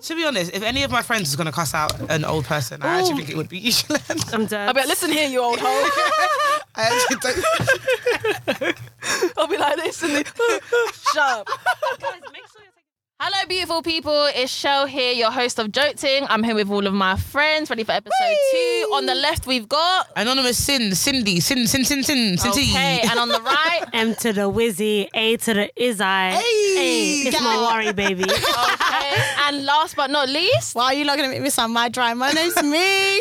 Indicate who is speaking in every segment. Speaker 1: To be honest, if any of my friends was going to cuss out an old person, I actually think it would be you, Shalanda.
Speaker 2: I'm dead.
Speaker 3: I'll be like, listen here, you old hoe.
Speaker 1: I actually don't.
Speaker 3: I'll be like, listen here. Shut
Speaker 2: Guys,
Speaker 3: up.
Speaker 2: make sure you're taking-
Speaker 4: Hello, beautiful people. It's Shell here, your host of Joting. I'm here with all of my friends, ready for episode two. On the left, we've got
Speaker 1: Anonymous Sin, Cindy, Sin, Sin, Sin, Sin, Cindy.
Speaker 4: okay, and on the right,
Speaker 2: M to the Wizzy, A to the Izzy. Hey, it's my worry, baby.
Speaker 4: okay, and last but not least,
Speaker 5: Why are you looking at me with my dry? My name's me.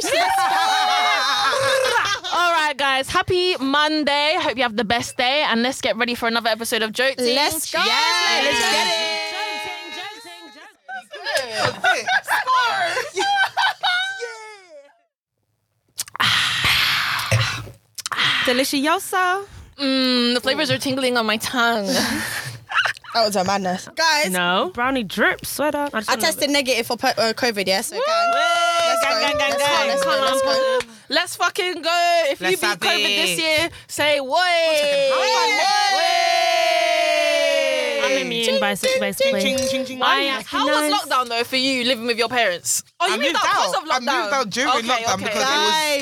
Speaker 4: all right, guys. Happy Monday. Hope you have the best day, and let's get ready for another episode of Joting.
Speaker 5: Let's go.
Speaker 4: Yes,
Speaker 5: Let's
Speaker 4: let's
Speaker 5: get
Speaker 4: get it.
Speaker 2: Delicioso.
Speaker 4: Mm, the flavors are tingling on my tongue.
Speaker 5: That was Oh, a madness. Guys,
Speaker 2: No. Brownie drips, sweat up. I, just
Speaker 5: I
Speaker 2: wanna know
Speaker 5: tested negative for po- uh, COVID, yeah? So, gang. Let's go.
Speaker 2: gang, gang,
Speaker 5: Let's go,
Speaker 2: gang.
Speaker 5: let's go,
Speaker 4: Come
Speaker 5: let's
Speaker 4: on,
Speaker 5: go.
Speaker 4: let's fucking go. If
Speaker 1: Let's
Speaker 4: you
Speaker 1: have
Speaker 4: beat COVID
Speaker 1: it.
Speaker 4: this year, say way.
Speaker 2: I'm immune by such
Speaker 1: Ching,
Speaker 2: basically.
Speaker 1: ching, ching.
Speaker 2: Why?
Speaker 4: Yeah, How was
Speaker 2: Nice.
Speaker 4: lockdown though for you living with your parents? Oh, you
Speaker 1: I
Speaker 4: moved
Speaker 1: moved
Speaker 4: out because
Speaker 1: out.
Speaker 4: of
Speaker 1: I
Speaker 4: lockdown.
Speaker 1: moved out during
Speaker 4: Okay,
Speaker 1: lockdown
Speaker 4: okay.
Speaker 1: because it
Speaker 5: Guys,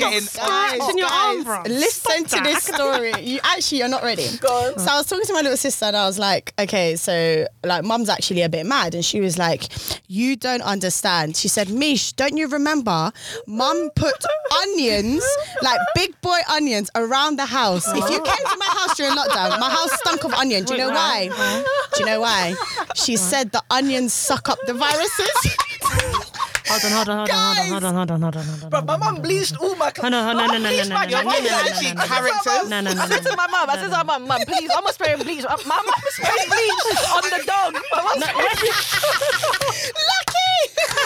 Speaker 1: was getting
Speaker 5: guys,
Speaker 2: Scratch in your
Speaker 5: guys,
Speaker 2: arm, bro.
Speaker 5: Listen to this story. You actually, you're not ready. So I was talking to my little sister, and I was like, okay, so like, mum's actually a bit mad, and she was like, you don't understand. She said, Mish, don't you remember? Mum put onions, like big boy onions, around the house. If you came to my house during lockdown, my house stunk of onion. Do you know why? Do you know why? She said the onions suck up the viruses.
Speaker 2: Hold on, hold on, hold on, hold on, hold on, hold on, hold on, hold on.
Speaker 3: My mum bleached all my clothes.
Speaker 2: Hold on, hold on, no, no, no, no, no, no, no,
Speaker 1: It's
Speaker 2: no, no,
Speaker 1: actually
Speaker 2: no, no.
Speaker 1: characters.
Speaker 2: No, no, no,
Speaker 3: I
Speaker 2: no,
Speaker 3: said to
Speaker 2: no.
Speaker 3: my mum, I said to my mum, mum, please, I'm not spraying bleach. My mum was spraying bleach on the dog. My mum spraying bleach. Lucky!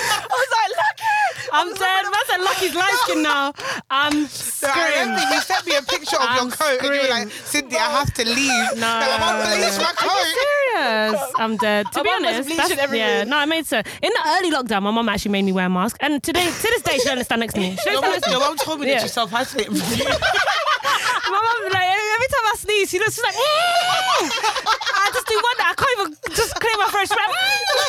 Speaker 3: I was like, Lucky!
Speaker 2: I'm dead. That's a lucky's light skin now. I'm
Speaker 1: So I
Speaker 2: screaming.
Speaker 1: remember you sent me a picture of your
Speaker 2: I'm
Speaker 1: coat and you were like,
Speaker 2: screamed.
Speaker 1: Cindy, I have to leave.
Speaker 2: No.
Speaker 1: Like, Mum, please, my coat.
Speaker 2: serious. I'm dead. To be
Speaker 3: mum was
Speaker 2: honest,
Speaker 3: bleaching every
Speaker 2: yeah,
Speaker 3: week.
Speaker 2: no, I made so. In the early lockdown, my mum actually made me wear a mask, and today, to this day, she doesn't stand next to me. She
Speaker 1: Your mum-
Speaker 2: don't stand next to me.
Speaker 1: your mum told me
Speaker 2: Yeah.
Speaker 1: that you self-isolate.
Speaker 2: My mum, like every every time I sneeze, she looks she's like, "Mm." I just do one that I can't even just clear my throat. She's like, "Mm."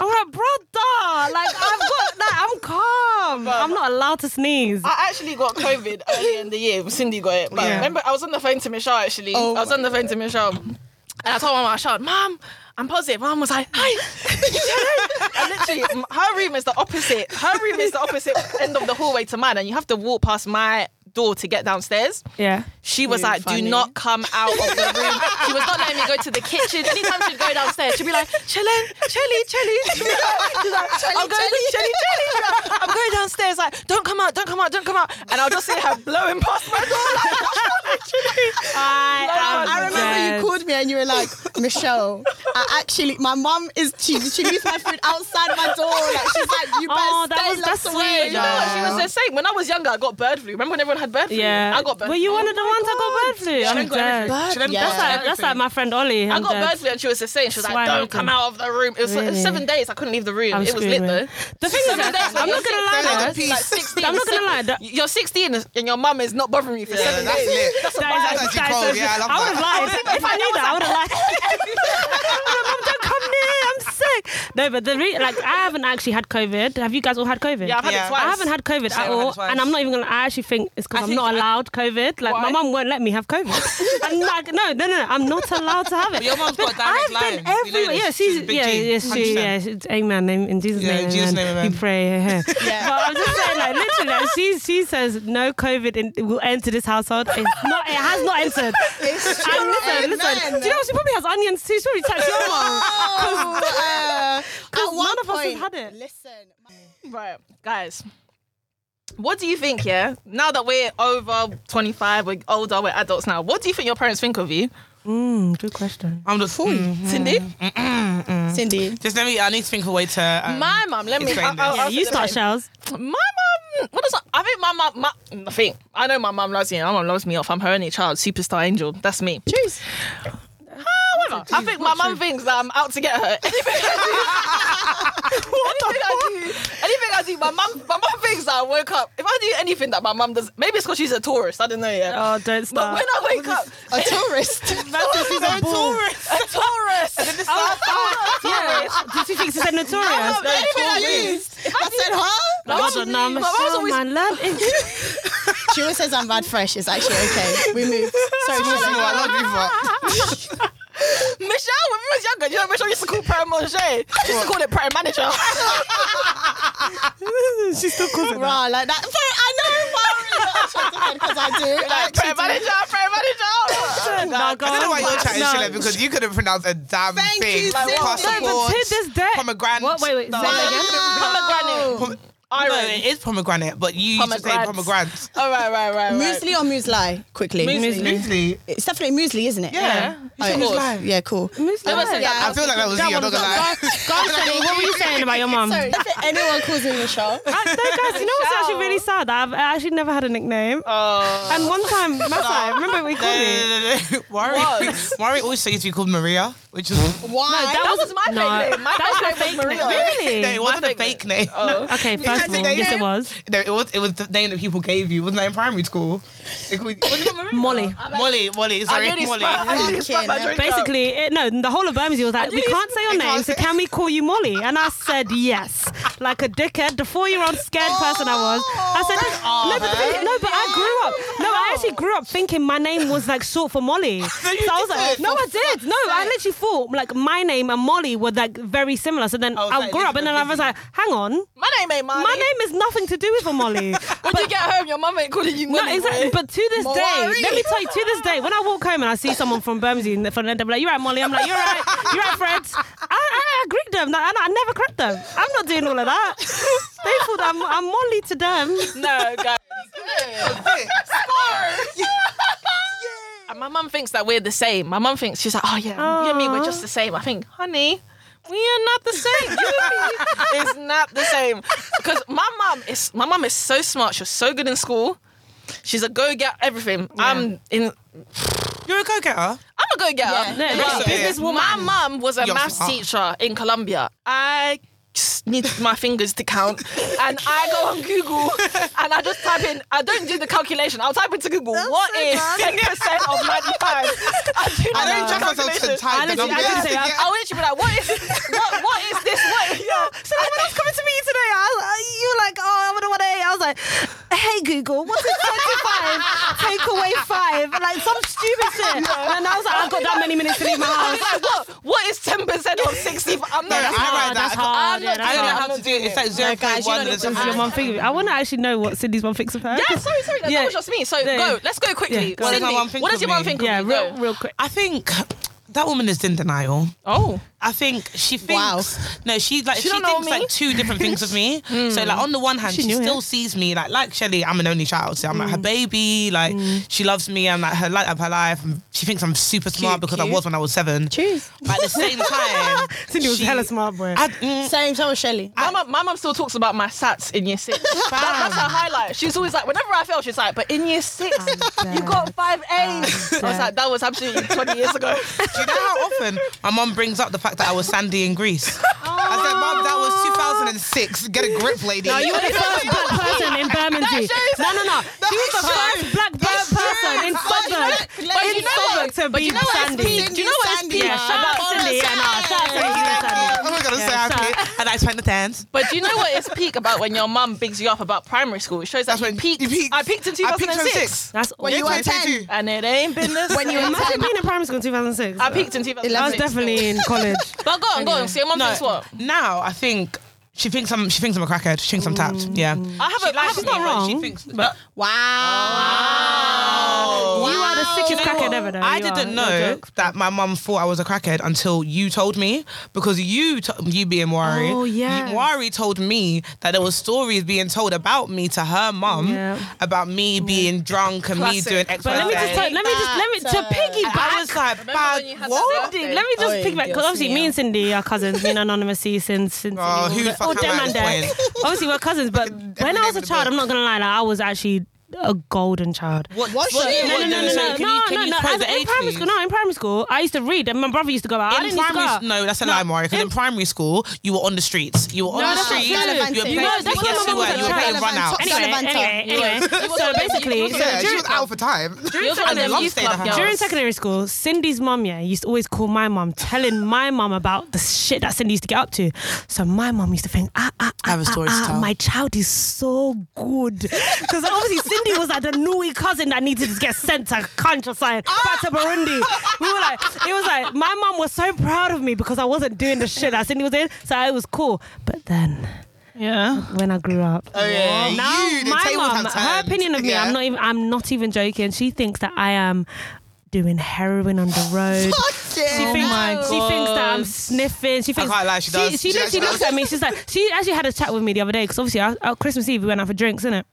Speaker 2: I'm like, brother, like I've got, like I'm calm. I'm not allowed to sneeze.
Speaker 3: I actually got COVID early in the year. Cindy got it. But
Speaker 2: Yeah.
Speaker 3: remember, I was on the phone to Michelle actually.
Speaker 5: Oh
Speaker 3: I was on the phone to Michelle. And I told my mum, I shouted, Mum, I'm positive. Mum was like, Hi. and literally, m- her room is the opposite. Her room is the opposite end of the hallway to mine. And you have to walk past my door to get downstairs.
Speaker 2: yeah.
Speaker 3: She was like, do
Speaker 5: funny.
Speaker 3: not come out of the room. she was not letting me go to the kitchen. Anytime she'd go downstairs, she'd be like, Chilling, chilly, chilly. She'd be like- she's like, I'm going to chilly, chilly. I'm going downstairs, like, don't come out, don't come out, don't come out. And I'll just see her blowing past my door. Like,
Speaker 2: I,
Speaker 3: I
Speaker 5: I remember
Speaker 2: dead.
Speaker 5: you called me and you were like, Michelle, I actually, my mum is, she, she leaves my food outside my door. Like, she's like, you better
Speaker 2: Oh, that
Speaker 5: stay
Speaker 2: was- that's
Speaker 5: locked
Speaker 2: sweet,
Speaker 5: away.
Speaker 3: you know what? She
Speaker 2: Yeah.
Speaker 3: was the same. When I was younger, I got bird flu. Remember when everyone had bird flu?
Speaker 2: Yeah.
Speaker 3: I got Oh bird
Speaker 2: Were
Speaker 3: flu.
Speaker 2: you one of the ones that got bird flu? I'm
Speaker 1: Shalem got
Speaker 2: dead.
Speaker 1: everything.
Speaker 2: That's
Speaker 1: Shalem got
Speaker 5: Yeah. That's
Speaker 2: like, that's like
Speaker 1: everything.
Speaker 2: my friend Ollie.
Speaker 3: I
Speaker 2: I'm
Speaker 3: got
Speaker 2: dead.
Speaker 3: bird flu and she was the same. She was
Speaker 2: Swear
Speaker 3: like,
Speaker 2: I
Speaker 3: don't come
Speaker 2: did.
Speaker 3: out of the room. It was it was seven days. I couldn't leave the room.
Speaker 2: I'm
Speaker 3: it was lit
Speaker 2: screaming.
Speaker 3: though.
Speaker 2: The thing is,
Speaker 3: Seven days,
Speaker 2: that, I'm not gonna lie,
Speaker 1: days
Speaker 2: guys.
Speaker 1: of peace.
Speaker 3: Like 16,
Speaker 2: I'm not gonna lie, that-
Speaker 3: You're 16 and your mum is not bothering you for seven
Speaker 1: that's
Speaker 3: days.
Speaker 1: lit.
Speaker 3: That's a
Speaker 2: That is
Speaker 3: vibe.
Speaker 1: actually
Speaker 2: that is
Speaker 1: cold.
Speaker 2: so-
Speaker 1: Yeah, I love
Speaker 2: I would have
Speaker 1: that.
Speaker 2: lied. if I knew that, I would have lied. My mum, don't come near. I'm sick. No, but the re- like, I haven't actually had COVID. Have you guys all had COVID?
Speaker 3: Yeah, I've had
Speaker 1: Yeah.
Speaker 3: it twice.
Speaker 1: I
Speaker 2: I haven't had COVID
Speaker 1: I've
Speaker 2: at
Speaker 1: had it
Speaker 2: all,
Speaker 1: twice.
Speaker 2: and I'm not even gonna. I actually think it's because I'm
Speaker 3: think
Speaker 2: not
Speaker 3: I-
Speaker 2: allowed COVID. Like
Speaker 3: Why?
Speaker 2: my mum won't let me have COVID. I'm like, no, no, no, no, I'm not allowed to have it.
Speaker 1: your mum's got
Speaker 2: But I've
Speaker 1: direct
Speaker 2: been
Speaker 1: lines. You know
Speaker 2: everywhere.
Speaker 1: this.
Speaker 2: yeah,
Speaker 1: She's
Speaker 2: she's,
Speaker 1: a big
Speaker 2: yeah,
Speaker 1: G.
Speaker 2: yes, she, yeah, she, amen. in- In Jesus'
Speaker 1: Yeah,
Speaker 2: name,
Speaker 1: in Jesus' name, amen.
Speaker 2: We pray. Yeah.
Speaker 5: Yeah.
Speaker 2: But I'm just saying, like, literally, like, she she says no COVID in, will enter this household. It's not. It has not entered.
Speaker 5: It's
Speaker 2: And
Speaker 5: true.
Speaker 2: listen, listen.
Speaker 5: Amen.
Speaker 2: Do you know she probably has onions too? She probably touched your mum.
Speaker 5: Oh, uh,
Speaker 2: Because
Speaker 5: at
Speaker 2: none
Speaker 5: one
Speaker 2: of us has
Speaker 5: point-
Speaker 2: had it.
Speaker 5: Listen.
Speaker 3: Right, guys. What do you think, yeah? Now that we're over 25, we're older, we're adults now. What do you think your parents think of you,
Speaker 2: Mm, good question.
Speaker 1: I'm just, mm.
Speaker 3: Cindy?
Speaker 5: Cindy.
Speaker 1: just let me, I need to think of a way to... Um,
Speaker 3: My mum, let me.
Speaker 1: Explain this.
Speaker 2: Yeah,
Speaker 3: I'll
Speaker 2: you
Speaker 3: say
Speaker 2: start,
Speaker 3: the
Speaker 2: Shells.
Speaker 3: same. My mum, what is that? I think my mum, my, I think, I know my mum loves me. My mum loves me off. I'm her only child, superstar angel. That's me.
Speaker 5: Cheers.
Speaker 3: However, I think my mum thinks that I'm out to get her. Anything I do, anything I do, anything I do my mum, my mum thinks that I woke up. If I do
Speaker 6: do anything that my mum does. Maybe it's because she's a tourist. I don't know yet.
Speaker 2: Oh, don't
Speaker 6: but
Speaker 2: start.
Speaker 6: when I wake up,
Speaker 5: A tourist.
Speaker 2: she's a bull.
Speaker 6: a tourist.
Speaker 2: yeah. Did you think she's a notorious?
Speaker 6: No,
Speaker 5: Anything I used. I said, huh?
Speaker 2: Hold on, now,
Speaker 6: my mum's
Speaker 2: Michelle,
Speaker 6: always-
Speaker 2: man, learn-
Speaker 5: She always says I'm bad fresh. It's actually okay. We moved. Sorry,
Speaker 1: Just know
Speaker 5: Michelle.
Speaker 1: I love you for.
Speaker 6: Michelle, when we was younger, you know, Michelle used to call Prime Manger. She used to call it Prime Manager.
Speaker 2: she still calls it
Speaker 5: Rah, like that. Sorry, I know. Because I do. I
Speaker 6: like, Prime
Speaker 5: actually do.
Speaker 6: Manager, Prime Manager.
Speaker 2: No, go
Speaker 1: I don't know why
Speaker 2: on.
Speaker 1: you're chatting
Speaker 2: No.
Speaker 1: shit because you couldn't pronounce a damn
Speaker 5: Thank
Speaker 1: thing.
Speaker 5: you, Cindy.
Speaker 2: No, but to this day.
Speaker 1: pomegranate.
Speaker 2: What? Wait, wait.
Speaker 1: No,
Speaker 2: say
Speaker 1: no,
Speaker 2: that
Speaker 1: you
Speaker 2: again.
Speaker 1: couldn't pronounce-
Speaker 6: Pomegranate.
Speaker 5: Oh.
Speaker 1: Pome- no,
Speaker 6: Irony.
Speaker 1: it is pomegranate, but you used to say pomegranates.
Speaker 6: Pomegranates. All right, right, right. right.
Speaker 5: Muesli or muesli? Quickly.
Speaker 1: Muesli.
Speaker 5: It's definitely muesli, isn't it?
Speaker 1: Yeah.
Speaker 5: Oh,
Speaker 1: You said
Speaker 5: cool.
Speaker 1: muesli.
Speaker 5: Yeah, cool.
Speaker 2: Muesli.
Speaker 1: I feel like that was you. I'm not gonna lie.
Speaker 2: Sorry, what were you saying about your mum?
Speaker 5: Sorry, if anyone calls me Michelle,
Speaker 2: Uh, no, guys, you know what's actually really sad? That I've I actually never had a nickname.
Speaker 6: Oh.
Speaker 2: And one time, Masai, remember we
Speaker 1: No,
Speaker 2: called it?
Speaker 1: no, no, no, no. Wari, Wari also used to be called Maria, which is
Speaker 5: why?
Speaker 6: That was my
Speaker 2: No,
Speaker 6: fake name. My
Speaker 2: that was
Speaker 6: fake
Speaker 2: my
Speaker 6: name
Speaker 2: fake
Speaker 6: was Maria.
Speaker 2: name.
Speaker 1: no,
Speaker 2: Really?
Speaker 1: it wasn't a
Speaker 6: favourite.
Speaker 1: fake name.
Speaker 6: Oh.
Speaker 2: Okay,
Speaker 1: had
Speaker 2: first of
Speaker 1: the
Speaker 2: all,
Speaker 1: name?
Speaker 2: yes, it was.
Speaker 1: No, it was it was the name that people gave you. Wasn't that in primary school? They called you- wasn't it Maria?
Speaker 2: Molly.
Speaker 1: Molly, Molly,
Speaker 6: I
Speaker 1: sorry,
Speaker 6: nearly
Speaker 1: Molly.
Speaker 6: spat- I nearly spat my
Speaker 5: Fucking
Speaker 6: drink out.
Speaker 2: Basically, it, no, the whole of Bermondsey was like, we can't say your
Speaker 1: I
Speaker 2: name,
Speaker 1: can't
Speaker 2: so
Speaker 1: say-
Speaker 2: can we call you Molly? And I said yes, like a dickhead, the four-year-old scared person I was. I said no, but, the thing, no, but I grew up. No, I actually grew up thinking my name was like short for Molly. so
Speaker 1: you
Speaker 2: I was like,
Speaker 1: didn't.
Speaker 2: no, I did. No, I literally thought like my name and Molly were like very similar. So then
Speaker 1: I
Speaker 2: I,
Speaker 1: was like,
Speaker 2: grew up, and then I
Speaker 1: Elizabeth
Speaker 2: was like, hang on,
Speaker 6: My name ain't Molly.
Speaker 2: my name is nothing to do with a Molly.
Speaker 6: When you get home, your mum ain't calling you Molly.
Speaker 2: No, exactly.
Speaker 6: boy.
Speaker 2: But to this day, let me tell you, to this day, when I walk home and I see someone from Bermondsey in the front end, I'm like, "You're right, Molly." I'm like, "You're right, you're right, Fred." I, I agreed them. I, I never cracked them. I'm not doing all of that. They thought I'm, I'm Molly to them.
Speaker 6: no, guys.
Speaker 3: And my mum thinks that we're the same. My mum thinks she's like, oh yeah, you and me, we're
Speaker 2: Aw.
Speaker 3: just the same. I think, honey, we are not the same. You and me is not the same. Because my mum is my mum is so smart. She's so good in school. She's a go get everything. I'm in.
Speaker 1: You're a go-getter.
Speaker 3: I'm a go getter.
Speaker 2: No,
Speaker 1: Right.
Speaker 2: business woman.
Speaker 3: My mum was a
Speaker 1: You're
Speaker 3: maths
Speaker 1: smart.
Speaker 3: teacher in Colombia. I just need my fingers to count, and I go on Google and I just type in. I don't do the calculation. I'll type into Google what is ten percent of ninety-five. I do not
Speaker 1: I don't
Speaker 3: do the
Speaker 1: trust myself to
Speaker 3: calculation.
Speaker 1: type the
Speaker 2: Honestly, I
Speaker 1: numbers.
Speaker 2: didn't say that.
Speaker 1: Yeah.
Speaker 3: I'll literally be like, what is what, what is this? What? Yeah.
Speaker 2: So when I was coming to meet you today, I was, uh, you were like, oh, I want to want to. I was like, hey Google, what's a twenty-five take away five? Like some stupid shit. And I was like, I've got that many minutes to leave my house.
Speaker 3: I'll be like, what? What is ten percent of sixty-five? I'm
Speaker 1: No, I
Speaker 3: not.
Speaker 1: write that.
Speaker 2: hard, Oh, that's hard, yeah,
Speaker 1: I
Speaker 2: that's
Speaker 1: don't know
Speaker 2: hard.
Speaker 1: how to do it. It's like zero
Speaker 5: guys,
Speaker 1: point one.
Speaker 5: you don't
Speaker 1: and
Speaker 5: need
Speaker 1: it's-
Speaker 5: to-
Speaker 2: Your mum figure. I want to actually know what Cindy's one thinks of her.
Speaker 3: Yeah, sorry, sorry. That,
Speaker 2: Yeah.
Speaker 3: that was just me. So
Speaker 2: Yeah.
Speaker 3: go. Let's go quickly.
Speaker 2: Yeah, go.
Speaker 3: Cindy,
Speaker 1: What does my mum think
Speaker 3: what
Speaker 1: of
Speaker 3: does your mum
Speaker 1: me?
Speaker 3: think of
Speaker 2: Yeah,
Speaker 3: me?
Speaker 2: real,
Speaker 3: Go.
Speaker 2: real quick.
Speaker 1: I think that woman is in denial.
Speaker 3: Oh.
Speaker 1: I think she thinks
Speaker 5: Wow.
Speaker 1: no, she like she,
Speaker 3: don't know
Speaker 1: thinks
Speaker 3: me.
Speaker 1: like two different things of me. So like on the one hand, she,
Speaker 2: Hmm. knew
Speaker 1: still
Speaker 2: it. Hmm.
Speaker 1: sees me like like Shelly, I'm an only child, so I'm like her baby. Like she loves me, I'm like her light of her life. and She thinks I'm super smart because I was when I was seven.
Speaker 5: Cheers.
Speaker 1: But at the same time,
Speaker 2: Cindy was
Speaker 1: she-
Speaker 2: hella smart, boy.
Speaker 1: I, mm,
Speaker 5: Same, so was Shelly.
Speaker 3: My mum, my mum still talks about my sats in year six. That- that's her highlight. She's always like, whenever I fail, she's like, but in year six, you got five A's. I was like, that was absolutely 20 years ago.
Speaker 1: do you know how often my mom brings up the fact that I was Sandy in Greece? I said, Mom, that was 2006. Get a grip, lady.
Speaker 2: Oh. No, you were the first black person in Bermondsey. No, no, no. She was the
Speaker 1: That's
Speaker 2: first black per- person in Suffolk.
Speaker 5: But
Speaker 2: In
Speaker 5: you know
Speaker 2: Suffolk to be Sandy.
Speaker 5: Do you know what it's
Speaker 2: Yeah, shout out Cindy. Yeah, nah, shout out Cindy. shout out Cindy.
Speaker 1: I'm not gonna say
Speaker 2: Yeah,
Speaker 1: I'm
Speaker 2: so-
Speaker 1: here. And I spent the tans.
Speaker 3: But do you know what is peak about when your mum bigs you up about primary school? It shows that
Speaker 1: That's when
Speaker 3: you peaked.
Speaker 1: you peaked.
Speaker 3: I peaked in
Speaker 1: I peaked
Speaker 3: 2006.
Speaker 1: 2006.
Speaker 2: That's
Speaker 5: When
Speaker 1: Yeah,
Speaker 5: you were
Speaker 1: 2022.
Speaker 5: 10.
Speaker 3: And it ain't been this.
Speaker 5: When you were
Speaker 2: Imagine being in primary school in 2006.
Speaker 3: I peaked in 2006.
Speaker 2: I was definitely in college.
Speaker 3: But go on, go on. So your mum thinks what?
Speaker 1: Now I think she thinks I'm she thinks I'm a crackhead. She thinks I'm tapped.
Speaker 2: Mm.
Speaker 1: Yeah.
Speaker 3: I have a. I have
Speaker 1: She's
Speaker 3: a
Speaker 1: not wrong.
Speaker 2: Ah, wrong,
Speaker 1: thinks but Ah.
Speaker 2: You are the sickest crackhead ever, though.
Speaker 1: Oh. I
Speaker 2: You are.
Speaker 1: didn't
Speaker 2: No
Speaker 1: know
Speaker 2: joke.
Speaker 1: that my mum thought I was a crackhead until you told me because you t- you being worried.
Speaker 2: Oh, yes.
Speaker 1: Wari told me that there were stories being told about me to her mum
Speaker 2: Yeah.
Speaker 1: about me being drunk and
Speaker 3: Classic.
Speaker 1: me doing X,
Speaker 2: But
Speaker 1: Y, Z.
Speaker 2: let me just let me just let me to piggyback.
Speaker 1: I was like,
Speaker 3: when you
Speaker 1: bad
Speaker 3: had
Speaker 1: what?
Speaker 3: that
Speaker 2: Cindy, let me just
Speaker 5: Oi,
Speaker 2: pick back because
Speaker 5: Dios
Speaker 2: obviously me
Speaker 5: mío.
Speaker 2: and Cindy are cousins. Me and anonymously since since
Speaker 1: Oh,
Speaker 2: Cindy
Speaker 1: who
Speaker 2: was-
Speaker 1: the fuck
Speaker 2: oh,
Speaker 1: am I at
Speaker 2: them and
Speaker 1: this
Speaker 2: them.
Speaker 1: point?
Speaker 2: Obviously we're cousins, but when I
Speaker 1: name
Speaker 2: was a
Speaker 1: in the
Speaker 2: child,
Speaker 1: book.
Speaker 2: I'm not gonna lie, like, I was actually a golden child.
Speaker 1: What?
Speaker 5: What's
Speaker 1: what
Speaker 5: your-
Speaker 1: year
Speaker 2: No,
Speaker 1: was
Speaker 2: no, no,
Speaker 1: it?
Speaker 2: no,
Speaker 1: So
Speaker 2: no,
Speaker 1: can
Speaker 2: no,
Speaker 1: you- can
Speaker 2: no,
Speaker 1: you
Speaker 2: no.
Speaker 1: quote
Speaker 2: As
Speaker 1: the
Speaker 2: in
Speaker 1: age,
Speaker 2: primary
Speaker 1: please?
Speaker 2: school, no, in primary school, I used to read, and my brother used to go out. I
Speaker 1: in
Speaker 2: didn't
Speaker 1: primary,
Speaker 2: used to go out.
Speaker 1: no, that's a lie, Mario. Because in primary school, you were on the streets. You were on
Speaker 5: No,
Speaker 1: the
Speaker 5: that's
Speaker 1: streets.
Speaker 5: not relevant
Speaker 1: You were
Speaker 5: to
Speaker 1: playing
Speaker 5: it. No,
Speaker 1: to
Speaker 2: that's
Speaker 1: get
Speaker 2: what my
Speaker 1: to
Speaker 2: mum
Speaker 1: work,
Speaker 2: was
Speaker 1: You were playing
Speaker 5: relevant
Speaker 1: run out.
Speaker 5: to-
Speaker 2: Anyway,
Speaker 5: Salamander.
Speaker 2: anyway, anyway. So basically,
Speaker 7: Yeah, she
Speaker 2: so during,
Speaker 7: was out for time.
Speaker 6: You're
Speaker 1: I
Speaker 6: one of them
Speaker 1: love
Speaker 6: youth
Speaker 1: staying at
Speaker 6: club
Speaker 1: home.
Speaker 6: girls.
Speaker 2: during secondary school, Cindy's mum, yeah, used to always call my mum, telling my mum about the shit that Cindy used to get up to. So my mum used to think, ah, ah, ah,
Speaker 1: I have a story to
Speaker 2: ah, ah,
Speaker 1: tell.
Speaker 2: my child is so good. Because obviously Cindy was like the newy cousin that needed to get sent to countryside, back to Burundi. We were like, it was like, my mum was so proud of me because I wasn't doing the shit that Cindy was doing. So it was cool. But then
Speaker 3: Yeah.
Speaker 2: when I grew up,
Speaker 7: Oh yeah,
Speaker 2: now
Speaker 7: you, the
Speaker 2: my
Speaker 7: tables
Speaker 2: mum,
Speaker 7: have
Speaker 2: her
Speaker 7: turned.
Speaker 2: opinion of me,
Speaker 7: Yeah.
Speaker 2: I'm not even, I'm not even joking. She thinks that I am doing heroin on the road. She,
Speaker 5: Yeah.
Speaker 2: thinks,
Speaker 3: my
Speaker 2: she thinks that I'm
Speaker 3: God.
Speaker 2: sniffing. She thinks
Speaker 1: can't lie, she does.
Speaker 2: She,
Speaker 1: She
Speaker 2: literally
Speaker 1: actually
Speaker 2: looks at me. She's like, she actually had a chat with me the other day because obviously uh, at at Christmas Eve we went out for drinks, innit?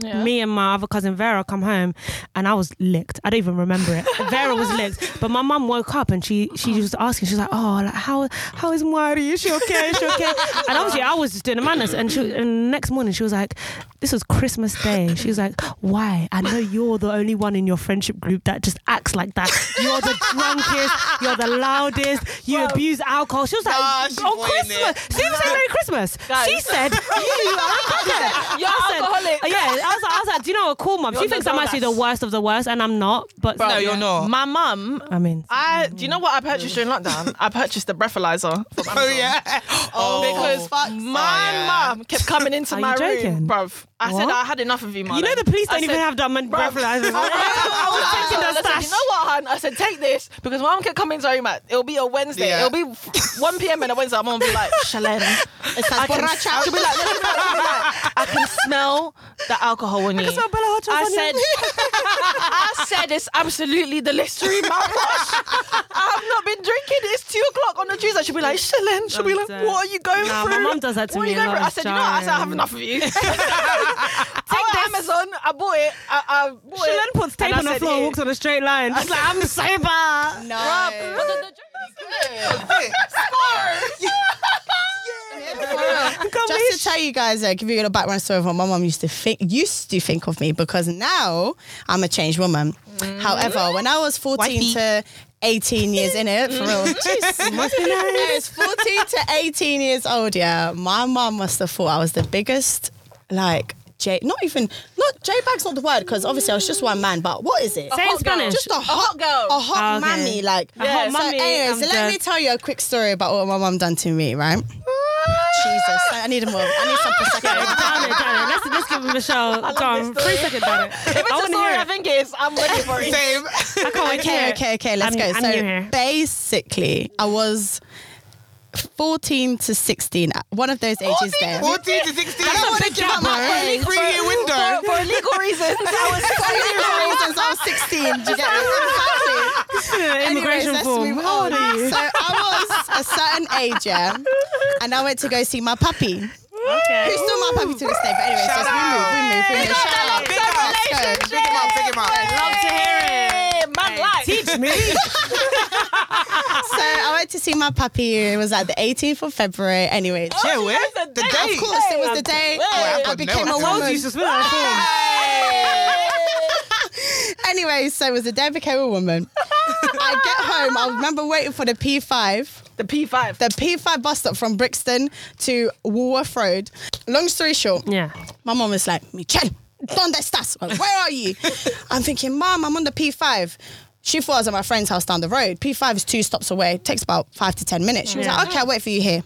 Speaker 3: Yeah.
Speaker 2: Me and my other cousin Vera come home, and I was licked. I don't even remember it. Vera was licked, but my mum woke up and she she was asking. She was like, "Oh, like, how how is Mari? Is she okay? Is she okay?" And obviously, I was just doing the manners. And she and next morning she was like, "This was Christmas Day." She was like, "Why? I know you're the only one in your friendship group that just acts like that. You're the drunkest. You're the loudest. You abuse alcohol." She was like,
Speaker 1: Nah, she
Speaker 2: "On
Speaker 1: pointing
Speaker 2: Christmas,
Speaker 1: it.
Speaker 2: she didn't say Merry Christmas. She said, "You are."
Speaker 3: You're alcoholic.
Speaker 2: Yeah, I was, like, I was like, do you know what? Cool, mum. She
Speaker 3: You're
Speaker 2: thinks
Speaker 3: the
Speaker 2: I'm actually the
Speaker 3: donuts.
Speaker 2: worst of the worst, and I'm not. But
Speaker 1: No, you're not.
Speaker 3: My mum,
Speaker 2: I mean,
Speaker 3: I do you know what I purchased during lockdown? I purchased a breathalyzer from Amazon.
Speaker 1: Oh yeah. Oh.
Speaker 3: Because
Speaker 5: fuck's
Speaker 3: my mum kept coming into
Speaker 2: Are
Speaker 3: my
Speaker 2: you
Speaker 3: room,
Speaker 2: joking?
Speaker 3: bruv. I
Speaker 2: What?
Speaker 3: said I had enough of you, mum.
Speaker 2: you know the police don't even have that many
Speaker 3: Bruv.
Speaker 2: breathalyzers. I was taking the
Speaker 3: I said, you
Speaker 2: stash.
Speaker 3: know what, hun? I said, take this because my mum kept coming to my room at it'll be a Wednesday.
Speaker 1: Yeah.
Speaker 3: It'll be 1 p.m. and a Wednesday. I'm gonna be like, Shalene.
Speaker 5: It's like borracha.
Speaker 3: She'll be like, no, no, no, no, no, no. I can smell the alcohol on you. I,
Speaker 2: smell Bella Hodges on you.
Speaker 3: said, I said, it's absolutely the Listerine mouthwash. I've not been drinking. It's two o'clock on the Tuesday. She'll be like, Shalene. She'll be
Speaker 2: I'm
Speaker 3: like,
Speaker 2: dead.
Speaker 3: what are you going
Speaker 2: Nah, my
Speaker 3: through?
Speaker 2: mum does that to
Speaker 3: What
Speaker 2: me
Speaker 3: are you
Speaker 2: a
Speaker 3: going
Speaker 2: lot.
Speaker 3: through? I said, you know what? I said, I have
Speaker 2: Jarring.
Speaker 3: enough of you. Take I went Amazon. I bought it. I, I bought
Speaker 2: She
Speaker 3: it.
Speaker 2: then puts tape
Speaker 3: And I
Speaker 2: on the
Speaker 3: said,
Speaker 2: floor,
Speaker 3: "Here."
Speaker 2: walks on a straight line. She's like, I'm sober.
Speaker 5: No. Just to tell you guys, uh, give you a little background story of what my mum used to think, used to think of me because now I'm a changed woman. However, when I was 14
Speaker 1: Wifey.
Speaker 5: to 18 years in it, for real, jeez, must be nice. I was 14 to 18 years old, yeah. My mum must have thought I was the biggest, like, J, not even, not J bag's not the word because obviously I was just one man, but what is it?
Speaker 2: Say in Spanish.
Speaker 5: Just a hot, girl, a hot
Speaker 2: Okay.
Speaker 5: mammy, like
Speaker 2: A hot
Speaker 5: So,
Speaker 2: mummy,
Speaker 5: anyways,
Speaker 2: I'm
Speaker 5: let
Speaker 2: dead.
Speaker 5: me tell you a quick story about what my mum done to me, right? Jesus, I need a more. I need some prosecco.
Speaker 2: Down it, down it. Let's, let's give Michelle go on, three seconds down it. I
Speaker 3: That's
Speaker 2: want
Speaker 3: the
Speaker 2: to
Speaker 3: story
Speaker 2: hear
Speaker 3: I
Speaker 2: it.
Speaker 3: think it is. I'm ready for it.
Speaker 1: Same.
Speaker 2: I can't wait to hear
Speaker 5: okay,
Speaker 2: it.
Speaker 5: okay, okay. Let's
Speaker 2: I'm-
Speaker 5: go.
Speaker 2: I'm
Speaker 5: so
Speaker 2: new here.
Speaker 5: basically, I was. 14 to 16, one of those ages there.
Speaker 1: 14 to 16.
Speaker 5: I don't want to give up my
Speaker 1: Three year window.
Speaker 3: For legal reasons, I was
Speaker 5: reasons I was 16. Do you get it? Exactly.
Speaker 2: Yeah,
Speaker 5: Anyways,
Speaker 2: Immigration
Speaker 5: let's
Speaker 2: form.
Speaker 5: move
Speaker 2: How
Speaker 5: on.
Speaker 2: old are you?
Speaker 5: So I was a certain age, yeah, and I went to go see my puppy.
Speaker 2: Okay.
Speaker 5: Who's still my puppy to this day, but anyway, so
Speaker 1: Shout
Speaker 5: we move,
Speaker 1: out.
Speaker 5: we move, we move. Shout out.
Speaker 1: Big up.
Speaker 5: Let's go.
Speaker 1: Pick him up, pick him up.
Speaker 3: love to hear it. Man, life.
Speaker 2: Teach me.
Speaker 5: So I went to see my puppy. It was like the 18th of February. Anyway,
Speaker 1: Yeah,
Speaker 2: eh?
Speaker 1: where? The
Speaker 5: of
Speaker 1: date.
Speaker 5: course, it was the day
Speaker 1: I've
Speaker 5: I
Speaker 1: got
Speaker 5: became
Speaker 1: no
Speaker 5: a
Speaker 1: idea.
Speaker 5: woman.
Speaker 2: Jesus, we're like, oh.
Speaker 5: Anyway, so it was the day I became a woman. I get home. I remember waiting for the P5.
Speaker 3: The P5.
Speaker 5: The P5 bus stop from Brixton to Woolworth Road. Long story short,
Speaker 2: Yeah.
Speaker 5: My mom was like, Michelle, donde estás? I was like, Where are you? I'm thinking, Mom, I'm on the P5. She thought I was at my friend's house down the road. P5 is two stops away. takes about five to 10 minutes. She was like, okay, I'll wait for you here.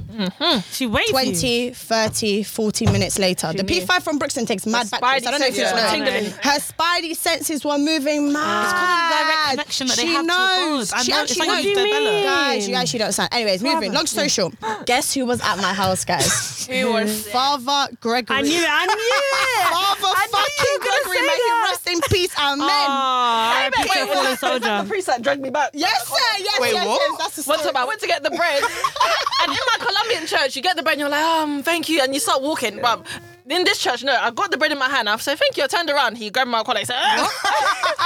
Speaker 2: She waits. you.
Speaker 5: 20, 30, 40 minutes later. the P5 from Brixton takes mad back. I don't know if you
Speaker 3: senses were
Speaker 5: know.
Speaker 3: tingling.
Speaker 5: Her spidey senses were moving mad. It's
Speaker 1: because of the direct connection that they
Speaker 5: she
Speaker 1: have to
Speaker 5: knows.
Speaker 1: God. I
Speaker 5: She
Speaker 1: know, it's
Speaker 5: actually
Speaker 1: like
Speaker 5: knows.
Speaker 1: what do you mean?
Speaker 5: Guys, you actually don't understand. Anyways, moving. Long story short, guess who was at my house, guys?
Speaker 3: Who were
Speaker 5: Father Gregory.
Speaker 2: I knew it. I knew it.
Speaker 5: Father fucking Gregory, may he rest in peace. Amen.
Speaker 2: Oh,
Speaker 3: Wait,
Speaker 2: picture
Speaker 3: wait,
Speaker 2: a
Speaker 3: was
Speaker 2: fallen
Speaker 3: that- was that The
Speaker 2: soldier.
Speaker 3: priest that dragged me back.
Speaker 5: yes, sir. Yes,
Speaker 1: Wait,
Speaker 5: yes,
Speaker 1: what?
Speaker 5: yes. That's the
Speaker 3: One
Speaker 5: story.
Speaker 3: time I went to get the bread, and in my Colombian church, you get the bread and you're like, um, thank you, and you start walking, bruv. in this church, no, I got the bread in my hand. I said, "Thank you." I turned around. He grabbed my collar. He said, "Ah."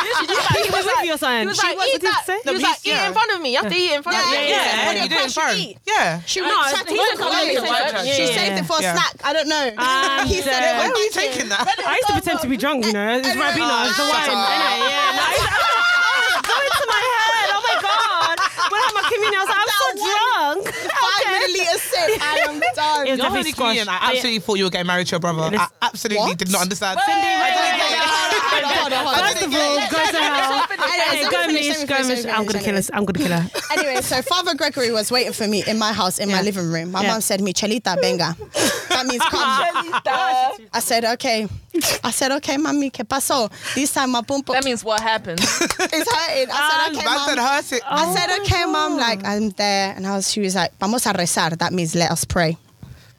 Speaker 3: Literally, just like-
Speaker 2: He was with you or something?
Speaker 3: He was
Speaker 2: She
Speaker 3: like,
Speaker 2: was-
Speaker 3: "Eat
Speaker 2: what did he
Speaker 3: that."
Speaker 2: say?
Speaker 3: He was
Speaker 1: No, but
Speaker 3: like,
Speaker 1: he's-
Speaker 3: "Eat
Speaker 1: yeah.
Speaker 3: in front of me. You have to eat in front of me."
Speaker 5: yeah, yeah.
Speaker 1: Yeah,
Speaker 5: What do
Speaker 1: you
Speaker 5: you
Speaker 1: do it in
Speaker 5: crush, you
Speaker 1: front.
Speaker 5: eat?
Speaker 1: Yeah.
Speaker 5: She
Speaker 3: No,
Speaker 5: went
Speaker 3: it's-
Speaker 5: sat-
Speaker 3: he
Speaker 5: went
Speaker 3: didn't
Speaker 5: for
Speaker 3: come
Speaker 5: lunch.
Speaker 3: in,
Speaker 1: but-
Speaker 5: She
Speaker 1: yeah.
Speaker 5: saved it for
Speaker 1: Yeah.
Speaker 5: a snack. I don't know.
Speaker 2: And,
Speaker 5: he
Speaker 2: uh,
Speaker 5: said it
Speaker 1: Where
Speaker 5: went
Speaker 1: were you
Speaker 5: back in.
Speaker 1: taking that?
Speaker 2: I used to pretend to be drunk, you know. It's
Speaker 5: Anyway,
Speaker 2: Rabina, it's the
Speaker 5: shut
Speaker 2: wine,
Speaker 5: up.
Speaker 2: innit? Yeah. no, I used to- oh, it's going to my head. Oh my god. When I had my communion, I was like, I'm so drunk.
Speaker 5: Five milliliters sip. I am done.
Speaker 2: It was
Speaker 1: Your
Speaker 2: definitely
Speaker 1: honey communion,
Speaker 2: squash.
Speaker 1: I absolutely thought you were getting married to your brother. I absolutely
Speaker 5: What?
Speaker 1: did not understand.
Speaker 5: Hold on, hold on.
Speaker 2: First of all, go to hell.
Speaker 5: Anyway,
Speaker 2: Hey,
Speaker 5: so
Speaker 2: Go
Speaker 5: we finished,
Speaker 2: Mish,
Speaker 5: we
Speaker 2: go
Speaker 5: finished,
Speaker 2: Mish.
Speaker 5: we
Speaker 2: I'm gonna
Speaker 5: finished
Speaker 2: kill us. I'm gonna kill her.
Speaker 5: Anyway, so Father Gregory was waiting for me in my house, in my
Speaker 2: Yeah.
Speaker 5: living room. My
Speaker 2: Yeah.
Speaker 5: mom said, Michelita, benga. That means come. I said, okay. I said, okay, mami, que paso? This time my pump
Speaker 3: That means what happened.
Speaker 5: is hurting. I said, okay,
Speaker 1: Man said
Speaker 5: mom.
Speaker 1: hurt it.
Speaker 5: I said, okay,
Speaker 2: Oh,
Speaker 5: mom, like, I'm there. And I was, she was like, vamos a rezar. That means let us pray.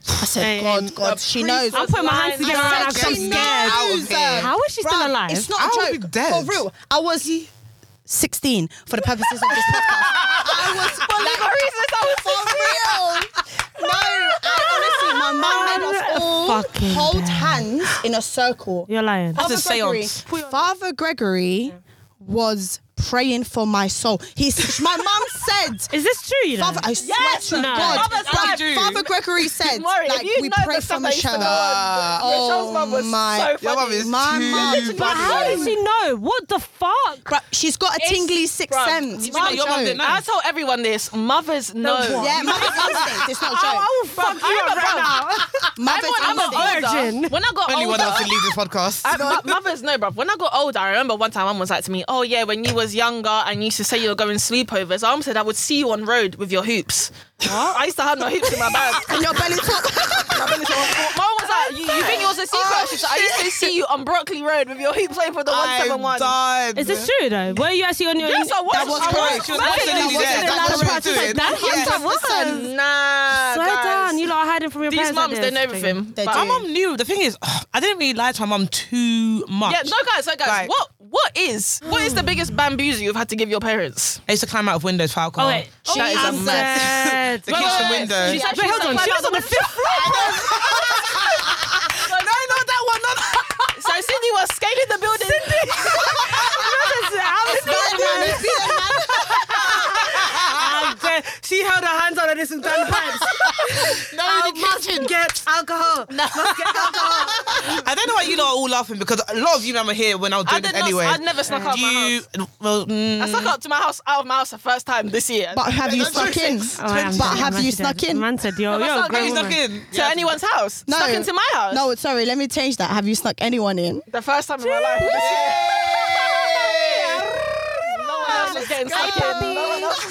Speaker 5: I said,
Speaker 2: Hey,
Speaker 5: God, God, she knows.
Speaker 2: I'm putting my hands together and I'm
Speaker 5: I said,
Speaker 2: so
Speaker 5: she
Speaker 2: scared.
Speaker 5: knows.
Speaker 2: How is she still
Speaker 5: Bruh,
Speaker 2: alive?
Speaker 5: It's not
Speaker 1: I
Speaker 5: a
Speaker 1: would
Speaker 5: joke.
Speaker 1: be dead.
Speaker 5: For real. I was 16 for the purposes of this podcast. I was for legal reasons. I was for real. No, I honestly, my mum made us all
Speaker 2: Fucking
Speaker 5: hold
Speaker 2: dead.
Speaker 5: hands in a circle.
Speaker 2: You're lying.
Speaker 5: Oh.
Speaker 1: That's a
Speaker 5: Gregory,
Speaker 1: seance.
Speaker 5: Father Gregory was praying for my soul. He, s- my mum said.
Speaker 2: Is this true, you know?
Speaker 5: Father, I swear to
Speaker 2: No.
Speaker 5: God,
Speaker 3: Father's
Speaker 5: like,
Speaker 1: like-
Speaker 5: Father Gregory said,
Speaker 3: Maury,
Speaker 5: like,
Speaker 3: if you
Speaker 5: we
Speaker 3: know
Speaker 5: pray
Speaker 3: the stuff
Speaker 5: for
Speaker 3: that used to go
Speaker 5: Michelle.
Speaker 3: on,
Speaker 5: Oh
Speaker 3: Michelle's mum was
Speaker 5: my-
Speaker 3: so
Speaker 1: Your mum
Speaker 3: funny.
Speaker 1: is
Speaker 5: My
Speaker 1: too
Speaker 5: mum-
Speaker 1: funny.
Speaker 2: But how did she know? What the fuck?
Speaker 5: Bruh, she's got a tingly sixth
Speaker 3: bruh,
Speaker 5: sense.
Speaker 1: you know your mum didn't know?
Speaker 3: I tell everyone this. Mothers know.
Speaker 5: Yeah, mother's instinct. It's not a joke.
Speaker 2: will fuck
Speaker 3: I remember-
Speaker 5: Mother's
Speaker 3: I'm an
Speaker 5: instinct.
Speaker 2: virgin.
Speaker 3: When I got
Speaker 1: Anyone
Speaker 3: older,
Speaker 1: else who leaves this podcast?
Speaker 3: I, mo- mothers know, bruv. When I got older, I remember one time mum was like to me, "Oh yeah, when you was younger and you used to say you were going sleepovers, I mum said I would see you on road with your hoops. I used to have my hoops in my bag.
Speaker 5: And your belly top.
Speaker 3: My mum was like, "You, you think you was a secret?" She said, "I used to see you on Broccoli Road with your hoop playing for the one seven one."
Speaker 1: I'm done.
Speaker 2: Is this true though? Were you actually on your
Speaker 3: Yes, I was.
Speaker 1: That was
Speaker 3: I
Speaker 1: correct. She was absolutely
Speaker 5: wasn't
Speaker 1: there. That's
Speaker 5: allowed
Speaker 1: what
Speaker 5: to
Speaker 1: she was
Speaker 5: practice
Speaker 1: doing.
Speaker 2: that?
Speaker 1: Yes.
Speaker 2: I was.
Speaker 3: Nah,
Speaker 5: Oh,
Speaker 2: Slow
Speaker 3: guys.
Speaker 2: down, you lot are hiding from your
Speaker 3: These
Speaker 2: parents. like
Speaker 3: mums, they
Speaker 2: this.
Speaker 3: know everything.
Speaker 5: They
Speaker 3: But
Speaker 5: do.
Speaker 3: I'm
Speaker 1: My mum knew. The thing is, I didn't really lie to my mum too much.
Speaker 3: Yeah, no, guys, no, guys.
Speaker 1: Right.
Speaker 3: What, what is, what is the biggest bamboozle you've had to give your parents?
Speaker 1: I used to climb out of windows for alcohol.
Speaker 2: Oh wait,
Speaker 1: That is a mess.
Speaker 2: mess.
Speaker 1: The kitchen window.
Speaker 3: She's
Speaker 1: No,
Speaker 2: But
Speaker 3: actually
Speaker 2: hold on,
Speaker 3: survived
Speaker 2: she was
Speaker 3: the
Speaker 2: on the fifth floor.
Speaker 1: not that one. Not that.
Speaker 3: So Cindy was scaling the building.
Speaker 2: And, uh, she held her hands out of this and down the pipes.
Speaker 5: No,
Speaker 2: Get alcohol.
Speaker 1: I don't know why you lot are all laughing because a lot of you men were here when I was
Speaker 3: I
Speaker 1: doing
Speaker 3: did
Speaker 1: it
Speaker 3: not.
Speaker 1: anyway.
Speaker 3: I never snuck out of
Speaker 1: Do
Speaker 3: my
Speaker 1: you?
Speaker 3: house.
Speaker 1: Well, mm,
Speaker 3: I snuck out to my house out of my house the first time this year.
Speaker 5: But have you stuck in?
Speaker 2: Oh,
Speaker 5: But have you snuck in?
Speaker 2: Man said, yo,
Speaker 3: I
Speaker 2: yo,
Speaker 3: snuck
Speaker 2: grown
Speaker 1: you
Speaker 3: in.
Speaker 1: stuck
Speaker 2: woman.
Speaker 1: in.
Speaker 3: to anyone's house.
Speaker 5: No.
Speaker 3: Stuck into my house.
Speaker 5: No, sorry, let me change that. Have you snuck anyone in?
Speaker 3: The first time in my life. This year. no one else was getting stuck in. No one else.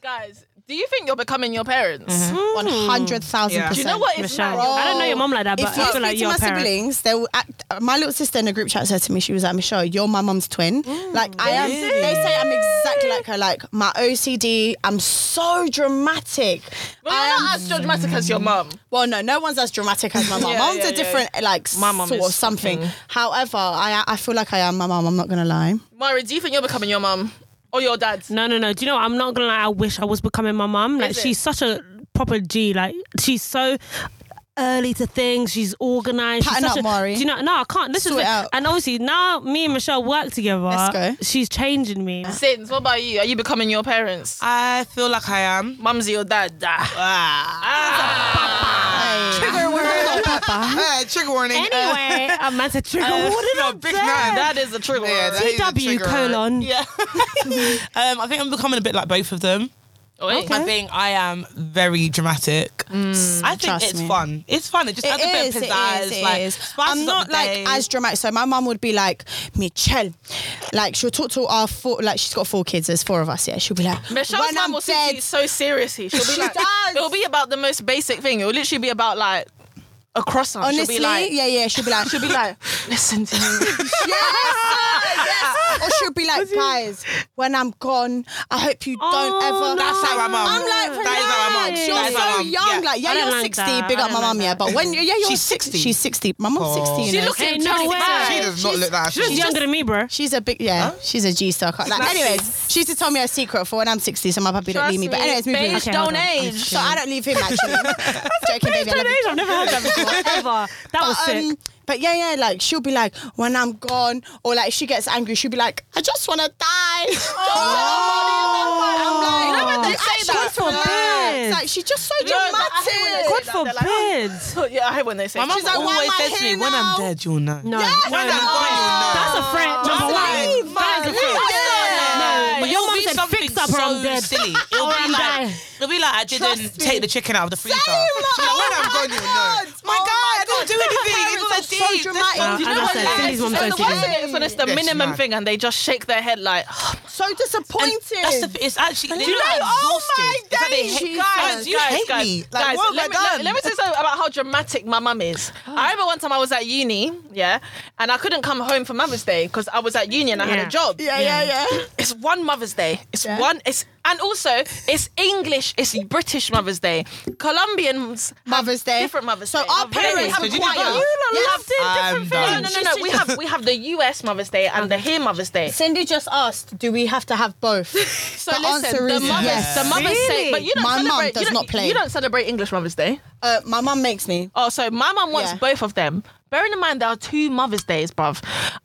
Speaker 3: Guys, do you think you're becoming your parents?
Speaker 5: 100,000%.
Speaker 1: Yeah.
Speaker 3: Do you know what is
Speaker 2: Michelle,
Speaker 3: mad?
Speaker 2: I don't know your mom like that, but
Speaker 5: If you
Speaker 2: I
Speaker 5: speak
Speaker 2: feel like
Speaker 5: to
Speaker 2: you're
Speaker 5: my
Speaker 2: a parent.
Speaker 5: siblings, they will act. My little sister in the group chat said to me, she was like, Michelle, you're my mum's twin.
Speaker 3: Mm,
Speaker 5: like, I am. They say I'm exactly like her. Like, my OCD, I'm so dramatic.
Speaker 3: Well,
Speaker 5: I
Speaker 3: you're
Speaker 5: am
Speaker 3: not as dramatic as your mum.
Speaker 5: Well, no, no one's as dramatic as my mum.
Speaker 3: Yeah,
Speaker 5: Mum's
Speaker 3: yeah,
Speaker 5: a
Speaker 3: yeah.
Speaker 5: different, like,
Speaker 3: My mum
Speaker 5: sort
Speaker 3: is
Speaker 5: of something.
Speaker 3: fucking-
Speaker 5: However, I I feel like I am my mum. I'm not gonna lie.
Speaker 3: Mari, do you think you're becoming your mum or your dad?
Speaker 2: No, no, no. Do you know? what? I'm not gonna lie. I wish I was becoming my mum. Like
Speaker 3: Is it?
Speaker 2: she's such a proper G. Like she's so early to things. She's organised. She's
Speaker 5: Pattern
Speaker 2: such a,
Speaker 5: up, Maury.
Speaker 2: Do you know? No, I can't. This is
Speaker 5: Sort it
Speaker 2: the-
Speaker 5: out.
Speaker 2: and obviously now me and Michelle work together.
Speaker 5: Let's go.
Speaker 2: She's changing me.
Speaker 3: Sins, what about you? Are you becoming your parents?
Speaker 1: I feel like I am.
Speaker 3: Mumsy or dad? Ah.
Speaker 5: Trigger word.
Speaker 1: Hey, trigger warning. Uh,
Speaker 2: Anyway, a man said trigger.
Speaker 5: Uh,
Speaker 2: warning.
Speaker 1: no, big man.
Speaker 3: That is the trigger.
Speaker 1: Yeah,
Speaker 3: word.
Speaker 1: that is a
Speaker 2: W
Speaker 1: trigger.
Speaker 2: colon.
Speaker 3: yeah.
Speaker 1: Um, I think I'm becoming a bit like both of them.
Speaker 3: Wait.
Speaker 1: I think I am very dramatic. I think
Speaker 5: Mm, Trust
Speaker 1: it's
Speaker 5: me.
Speaker 1: fun. It's fun. It just adds a bit of pizzazz. like, spices
Speaker 5: I'm
Speaker 1: up
Speaker 5: not
Speaker 1: the
Speaker 5: like
Speaker 1: day.
Speaker 5: as dramatic. So my mum would be like, Michelle, like she'll talk to our four. Like she's got four kids. There's four of us. Yeah, she'll be like,
Speaker 3: Michelle's
Speaker 5: when
Speaker 3: mum
Speaker 5: I'm
Speaker 3: will take
Speaker 5: dead.
Speaker 3: you so seriously. She'll be
Speaker 5: She
Speaker 3: like,
Speaker 5: does.
Speaker 3: it'll be about the most basic thing. It'll literally be about like a croissant.
Speaker 5: Honestly,
Speaker 3: she'll be like,
Speaker 5: yeah, yeah, she'll be like,
Speaker 3: she'll be like, listen to me.
Speaker 5: yes, yes. Or she'll be like, guys, when I'm gone, I hope you don't
Speaker 2: Oh,
Speaker 5: ever.
Speaker 1: That's how I'm mum.
Speaker 5: I'm like,
Speaker 1: that is how I'm
Speaker 5: relax.
Speaker 1: mum.
Speaker 5: You're
Speaker 1: That is how
Speaker 5: so
Speaker 1: I'm-
Speaker 5: young.
Speaker 1: yeah.
Speaker 5: Like, yeah,
Speaker 2: I don't
Speaker 5: you're
Speaker 2: like
Speaker 5: 60.
Speaker 2: that.
Speaker 5: Big
Speaker 2: I
Speaker 5: up my
Speaker 2: don't
Speaker 5: mum,
Speaker 2: like
Speaker 5: yeah.
Speaker 2: that.
Speaker 5: But when you're, yeah, you're
Speaker 1: She's
Speaker 5: six-
Speaker 1: 60.
Speaker 5: She's 60. My mum's
Speaker 1: Oh.
Speaker 5: 60. You
Speaker 1: She
Speaker 5: know?
Speaker 3: looks
Speaker 2: Ain't no
Speaker 3: 25.
Speaker 2: way.
Speaker 1: She does not
Speaker 5: She's-
Speaker 1: look that.
Speaker 2: She's
Speaker 1: old.
Speaker 2: younger than me, bro.
Speaker 5: She's a big yeah. She's a G star. Like, anyways, she used to tell me her secret for when I'm 60, so my puppy don't leave me. But anyways, moving on.
Speaker 6: Beige
Speaker 2: Okay, hold
Speaker 6: don't
Speaker 2: on.
Speaker 6: age.
Speaker 5: So I don't leave him actually. Joking, baby. I love you.
Speaker 2: I've never heard that before, ever. That was
Speaker 5: But,
Speaker 2: sick.
Speaker 5: um, but yeah, yeah, like she'll be like, when I'm gone, or like if she gets angry, she'll be like, I just want to die.
Speaker 2: Oh.
Speaker 5: Oh.
Speaker 2: You know when they
Speaker 5: you
Speaker 2: say
Speaker 5: actually
Speaker 2: that?
Speaker 5: want to die.
Speaker 2: Yes.
Speaker 5: It's Like she's just so
Speaker 3: Yeah, but I hate when they
Speaker 5: dramatic.
Speaker 3: say
Speaker 2: God forbid.
Speaker 3: yeah, I hate when they say.
Speaker 1: My mum
Speaker 5: She's like, why
Speaker 1: always
Speaker 5: am I
Speaker 1: says to me,
Speaker 5: here
Speaker 1: when
Speaker 5: now?"
Speaker 1: I'm dead, you'll know.
Speaker 2: No,
Speaker 5: Yes.
Speaker 2: no,
Speaker 1: When I'm
Speaker 2: no.
Speaker 1: gone, you'll know.
Speaker 2: That's a threat number
Speaker 5: Leave,
Speaker 2: one. That is a
Speaker 5: man,
Speaker 2: threat.
Speaker 5: leave.
Speaker 2: No, but your
Speaker 1: It'll
Speaker 2: mum
Speaker 1: be
Speaker 2: said
Speaker 1: something
Speaker 2: fix up or
Speaker 1: so
Speaker 2: I'm dead.
Speaker 1: Silly. It'll
Speaker 2: Or
Speaker 1: be
Speaker 2: I'm
Speaker 1: like,
Speaker 2: dead.
Speaker 1: it'll be like I didn't
Speaker 5: Trust me.
Speaker 1: take the chicken out of the freezer.
Speaker 5: Same,
Speaker 1: She's like, when
Speaker 5: oh
Speaker 1: I'm
Speaker 5: my
Speaker 1: gone, you'll know.
Speaker 5: God.
Speaker 1: My God,
Speaker 5: Oh my
Speaker 1: I don't
Speaker 5: God.
Speaker 1: do anything.
Speaker 5: Parents
Speaker 1: It's
Speaker 5: are
Speaker 1: not
Speaker 5: so
Speaker 1: deep. That's
Speaker 5: dramatic.
Speaker 1: not-
Speaker 5: Do you
Speaker 2: as
Speaker 5: know
Speaker 2: I
Speaker 5: what?
Speaker 2: said,
Speaker 5: Like,
Speaker 2: Cindy's mum's
Speaker 3: "Mm." And
Speaker 2: so
Speaker 3: the
Speaker 2: silly.
Speaker 3: worst of it is when it's the
Speaker 1: Yes,
Speaker 3: minimum
Speaker 1: man.
Speaker 3: thing and they just shake their head like, "Oh,
Speaker 5: So
Speaker 1: And
Speaker 5: disappointed.
Speaker 1: that's the. It's actually.
Speaker 5: Do
Speaker 1: They're
Speaker 5: you know- oh
Speaker 1: exhausted.
Speaker 5: my
Speaker 1: It's like they
Speaker 5: days,
Speaker 1: hate-
Speaker 5: Jesus.
Speaker 1: Guys, you
Speaker 3: guys,
Speaker 1: hate
Speaker 3: guys,
Speaker 1: me.
Speaker 3: guys,
Speaker 1: Like, what
Speaker 3: let,
Speaker 1: have
Speaker 3: me,
Speaker 1: I
Speaker 3: let-
Speaker 1: done?
Speaker 3: let me say something about how dramatic my mum is. I remember one time I was at uni, yeah, and I couldn't come home for Mother's Day because I was at uni and I had
Speaker 2: Yeah.
Speaker 3: a job.
Speaker 5: yeah, yeah, yeah.
Speaker 3: It's one Mother's Day. It's
Speaker 5: Yeah.
Speaker 3: one. It's and also it's English. It's British Mother's Day. Colombians have
Speaker 5: Mother's Day.
Speaker 3: Different Mother's
Speaker 5: So
Speaker 3: Day.
Speaker 5: our
Speaker 3: Mother's Day.
Speaker 5: parents
Speaker 3: They have
Speaker 1: Did you
Speaker 3: choir.
Speaker 1: know that?
Speaker 2: You lot
Speaker 5: Yes.
Speaker 2: loved it
Speaker 1: I'm
Speaker 2: different
Speaker 1: done.
Speaker 3: No,
Speaker 2: things.
Speaker 3: no, no, no. We have we have the US Mother's Day and the here Mother's Day.
Speaker 5: Cindy just asked, do we have to have both?
Speaker 3: So
Speaker 5: the answer
Speaker 3: listen, the
Speaker 5: is
Speaker 3: mothers,
Speaker 5: yes.
Speaker 3: the mothers
Speaker 2: Really?
Speaker 3: say, but you don't
Speaker 5: My mum
Speaker 3: celebrate. you
Speaker 5: does
Speaker 3: don't-
Speaker 5: not play.
Speaker 3: You don't celebrate English Mother's Day.
Speaker 5: Uh, my mum makes me.
Speaker 3: Oh, so my mum wants
Speaker 5: Yeah.
Speaker 3: both of them. Bearing in mind there are two Mother's Days, bruv.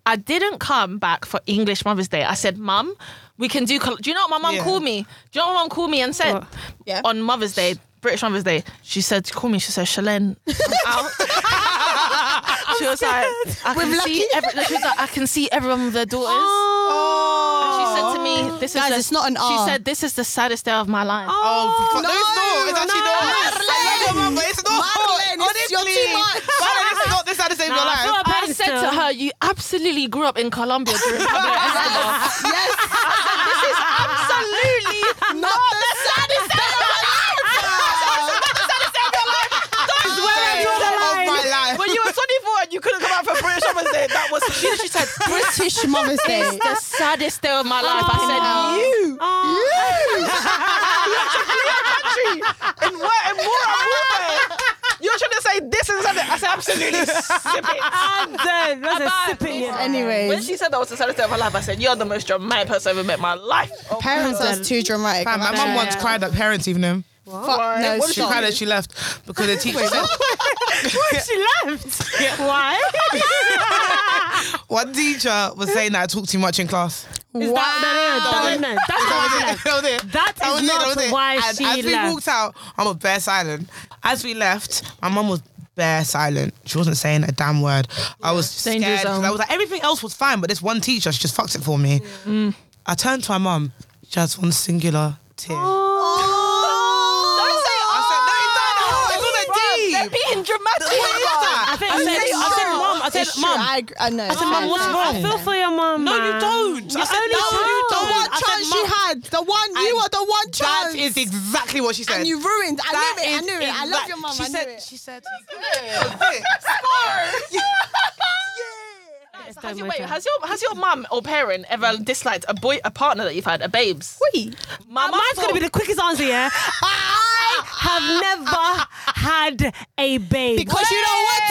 Speaker 3: I didn't come back for English Mother's Day. I said, Mum, we can do. Col- do you know what my mum
Speaker 1: Yeah.
Speaker 3: called me? Do you know what my mum called me and said
Speaker 2: What?
Speaker 5: Yeah.
Speaker 3: on Mother's Day, British Mother's Day? She said, she called me. She said, Shalene, I'm out. she was like, I can see. Every- no, she was like, I can see everyone with their daughters. She said to me, "This
Speaker 5: Guys,
Speaker 3: is the-
Speaker 5: it's not an
Speaker 3: She
Speaker 5: R.
Speaker 3: said, "This is the saddest day of my life."
Speaker 1: Oh, for- no, it's not. It's actually not.
Speaker 5: Marlene.
Speaker 1: I love your mum, but it's not.
Speaker 5: Marlene, it's- you're too
Speaker 1: Honestly.
Speaker 5: much.
Speaker 1: Marlene, it's not. This is how to save your
Speaker 2: Nah, I
Speaker 1: life.
Speaker 2: feel like
Speaker 3: I
Speaker 2: parents
Speaker 3: said to
Speaker 2: still-
Speaker 3: her, "You absolutely grew up in Colombia during Pablo Escobar."
Speaker 5: yes,
Speaker 3: this is absolutely
Speaker 5: not the saddest day of my life.
Speaker 1: This day of my life.
Speaker 3: when you were 24 and you couldn't come out for British Mother's Day. That was she. She said,
Speaker 5: British Mother's Day.
Speaker 3: "It's the saddest day of my life." I said,
Speaker 2: Oh.
Speaker 3: "You
Speaker 2: Oh,
Speaker 3: and what and more and more." You're trying to say this and something. I said, "Absolutely, sip it."
Speaker 2: I'm dead. That's a
Speaker 3: About-
Speaker 2: sipping it.
Speaker 3: When
Speaker 5: Anyways,
Speaker 3: she said that was the saddest day of her life, I said, "You're the most dramatic person I've ever met in my life." Oh,
Speaker 5: parents are
Speaker 2: Then-
Speaker 5: too dramatic.
Speaker 1: Man, my mum once cried at parents' evening.
Speaker 5: Fuck, no,
Speaker 1: She
Speaker 5: stop.
Speaker 1: cried as she left because the teacher said,
Speaker 2: She left. Why?
Speaker 1: one teacher was saying that I talk too much in class.
Speaker 2: Is that no, no, no, no, That's not why she left.
Speaker 1: That was it.
Speaker 2: Ah, That
Speaker 1: That was
Speaker 2: is
Speaker 1: it, that was
Speaker 2: not
Speaker 1: it.
Speaker 2: why
Speaker 1: And
Speaker 2: she
Speaker 1: as we
Speaker 2: left.
Speaker 1: walked out, I'm a bare silent. As we left, my mum was bare silent. She wasn't saying a damn word. I was scared.
Speaker 3: Danger
Speaker 1: 'cause
Speaker 3: zone.
Speaker 1: I was like, everything else was fine, but this one teacher, she just fucked it for me.
Speaker 2: Mm.
Speaker 1: I turned to my mum, just one singular tear.
Speaker 2: Oh.
Speaker 5: Oh!
Speaker 3: Don't say,
Speaker 1: I said, no, it's not. Oh, it was a D.
Speaker 3: They're being dramatic.
Speaker 1: What is that?
Speaker 2: I think
Speaker 1: I
Speaker 2: I
Speaker 1: said,
Speaker 2: said, I said, mum. I said,
Speaker 5: It's true,
Speaker 2: mum.
Speaker 5: I, agree- I know.
Speaker 1: said, "Mum, what's wrong?"
Speaker 2: I feel for your mum.
Speaker 1: No, you
Speaker 2: man.
Speaker 1: don't. I
Speaker 2: Your
Speaker 1: said,
Speaker 2: only
Speaker 1: no, you
Speaker 2: child.
Speaker 5: The
Speaker 1: don't.
Speaker 5: one
Speaker 1: I said,
Speaker 5: chance she
Speaker 1: "Mum,
Speaker 5: had, the one you
Speaker 1: I-
Speaker 5: are the one
Speaker 1: That
Speaker 5: chance,
Speaker 1: is exactly what she said.
Speaker 5: and you ruined. I
Speaker 1: That
Speaker 5: knew it. I
Speaker 1: is
Speaker 5: knew it. I love
Speaker 1: exact-
Speaker 5: your mum.
Speaker 1: She
Speaker 5: I knew
Speaker 1: said.
Speaker 5: it.
Speaker 1: She said.
Speaker 3: Has your, wait, has your has your mum or parent ever disliked a boy a partner that you've had a babes?
Speaker 5: Wait.
Speaker 3: My mum
Speaker 2: Mine's gonna
Speaker 3: thought-
Speaker 2: be the quickest answer, yeah. I have never had a babe.
Speaker 5: Because you don't want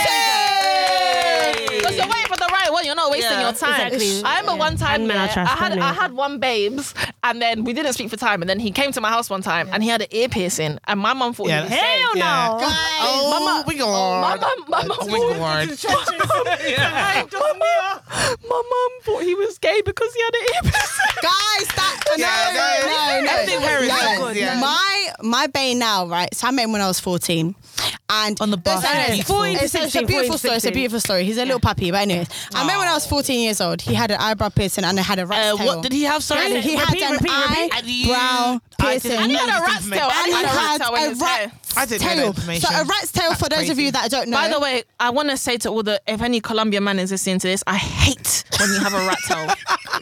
Speaker 5: to.
Speaker 3: Because you're waiting for the right one, you're not wasting
Speaker 6: Yeah,
Speaker 3: your time.
Speaker 2: exactly.
Speaker 3: I remember one time
Speaker 2: And men are
Speaker 3: yeah,
Speaker 2: trash,
Speaker 3: I had
Speaker 2: don't they?
Speaker 3: I had one babes, and then we didn't speak for time, and then he came to my house one time, and he had an ear piercing, and my mum thought
Speaker 1: Yeah,
Speaker 3: he was
Speaker 1: that's-
Speaker 3: gay.
Speaker 2: Hell
Speaker 1: Yeah.
Speaker 2: no.
Speaker 1: Oh,
Speaker 3: Mama-
Speaker 1: we
Speaker 3: My
Speaker 1: got.
Speaker 3: mum, my mum,
Speaker 1: We
Speaker 3: thought-
Speaker 1: got.
Speaker 3: I don't know. my mum thought he was gay because he had an ear piercing.
Speaker 5: Guys, that no,
Speaker 1: Yeah, no,
Speaker 5: no, no,
Speaker 1: every parent
Speaker 5: no.
Speaker 1: does, yeah.
Speaker 5: My my bay now, right? So I met him when I was fourteen, and
Speaker 1: On the bus,
Speaker 5: It's, it's-
Speaker 1: beautiful.
Speaker 5: it's- it's
Speaker 2: 14,
Speaker 5: a
Speaker 2: 16.
Speaker 5: beautiful story. It's a beautiful story. He's a little puppy, but anyways, I met when I was fourteen years old. He had an eyebrow piercing and I had a rat's
Speaker 1: Uh,
Speaker 5: tail.
Speaker 1: what did he have? Sorry,
Speaker 5: And he had
Speaker 2: Repeat,
Speaker 5: an
Speaker 2: repeat, repeat.
Speaker 5: eyebrow
Speaker 1: And you-
Speaker 5: brow
Speaker 1: I didn't
Speaker 5: piercing.
Speaker 1: know this
Speaker 5: And
Speaker 3: rat's tail.
Speaker 1: information.
Speaker 3: I
Speaker 5: he
Speaker 3: had a rat's
Speaker 5: had
Speaker 3: tail in
Speaker 5: a
Speaker 3: his
Speaker 5: rat
Speaker 3: hair.
Speaker 5: rat's
Speaker 1: I didn't know that
Speaker 5: tail.
Speaker 1: information.
Speaker 5: So a rat's tail, for
Speaker 1: That's
Speaker 5: those of
Speaker 1: crazy.
Speaker 5: you that don't know,
Speaker 3: By the way, I want to say to all the if any Colombian man is listening to this, I hate when you have a rat tail.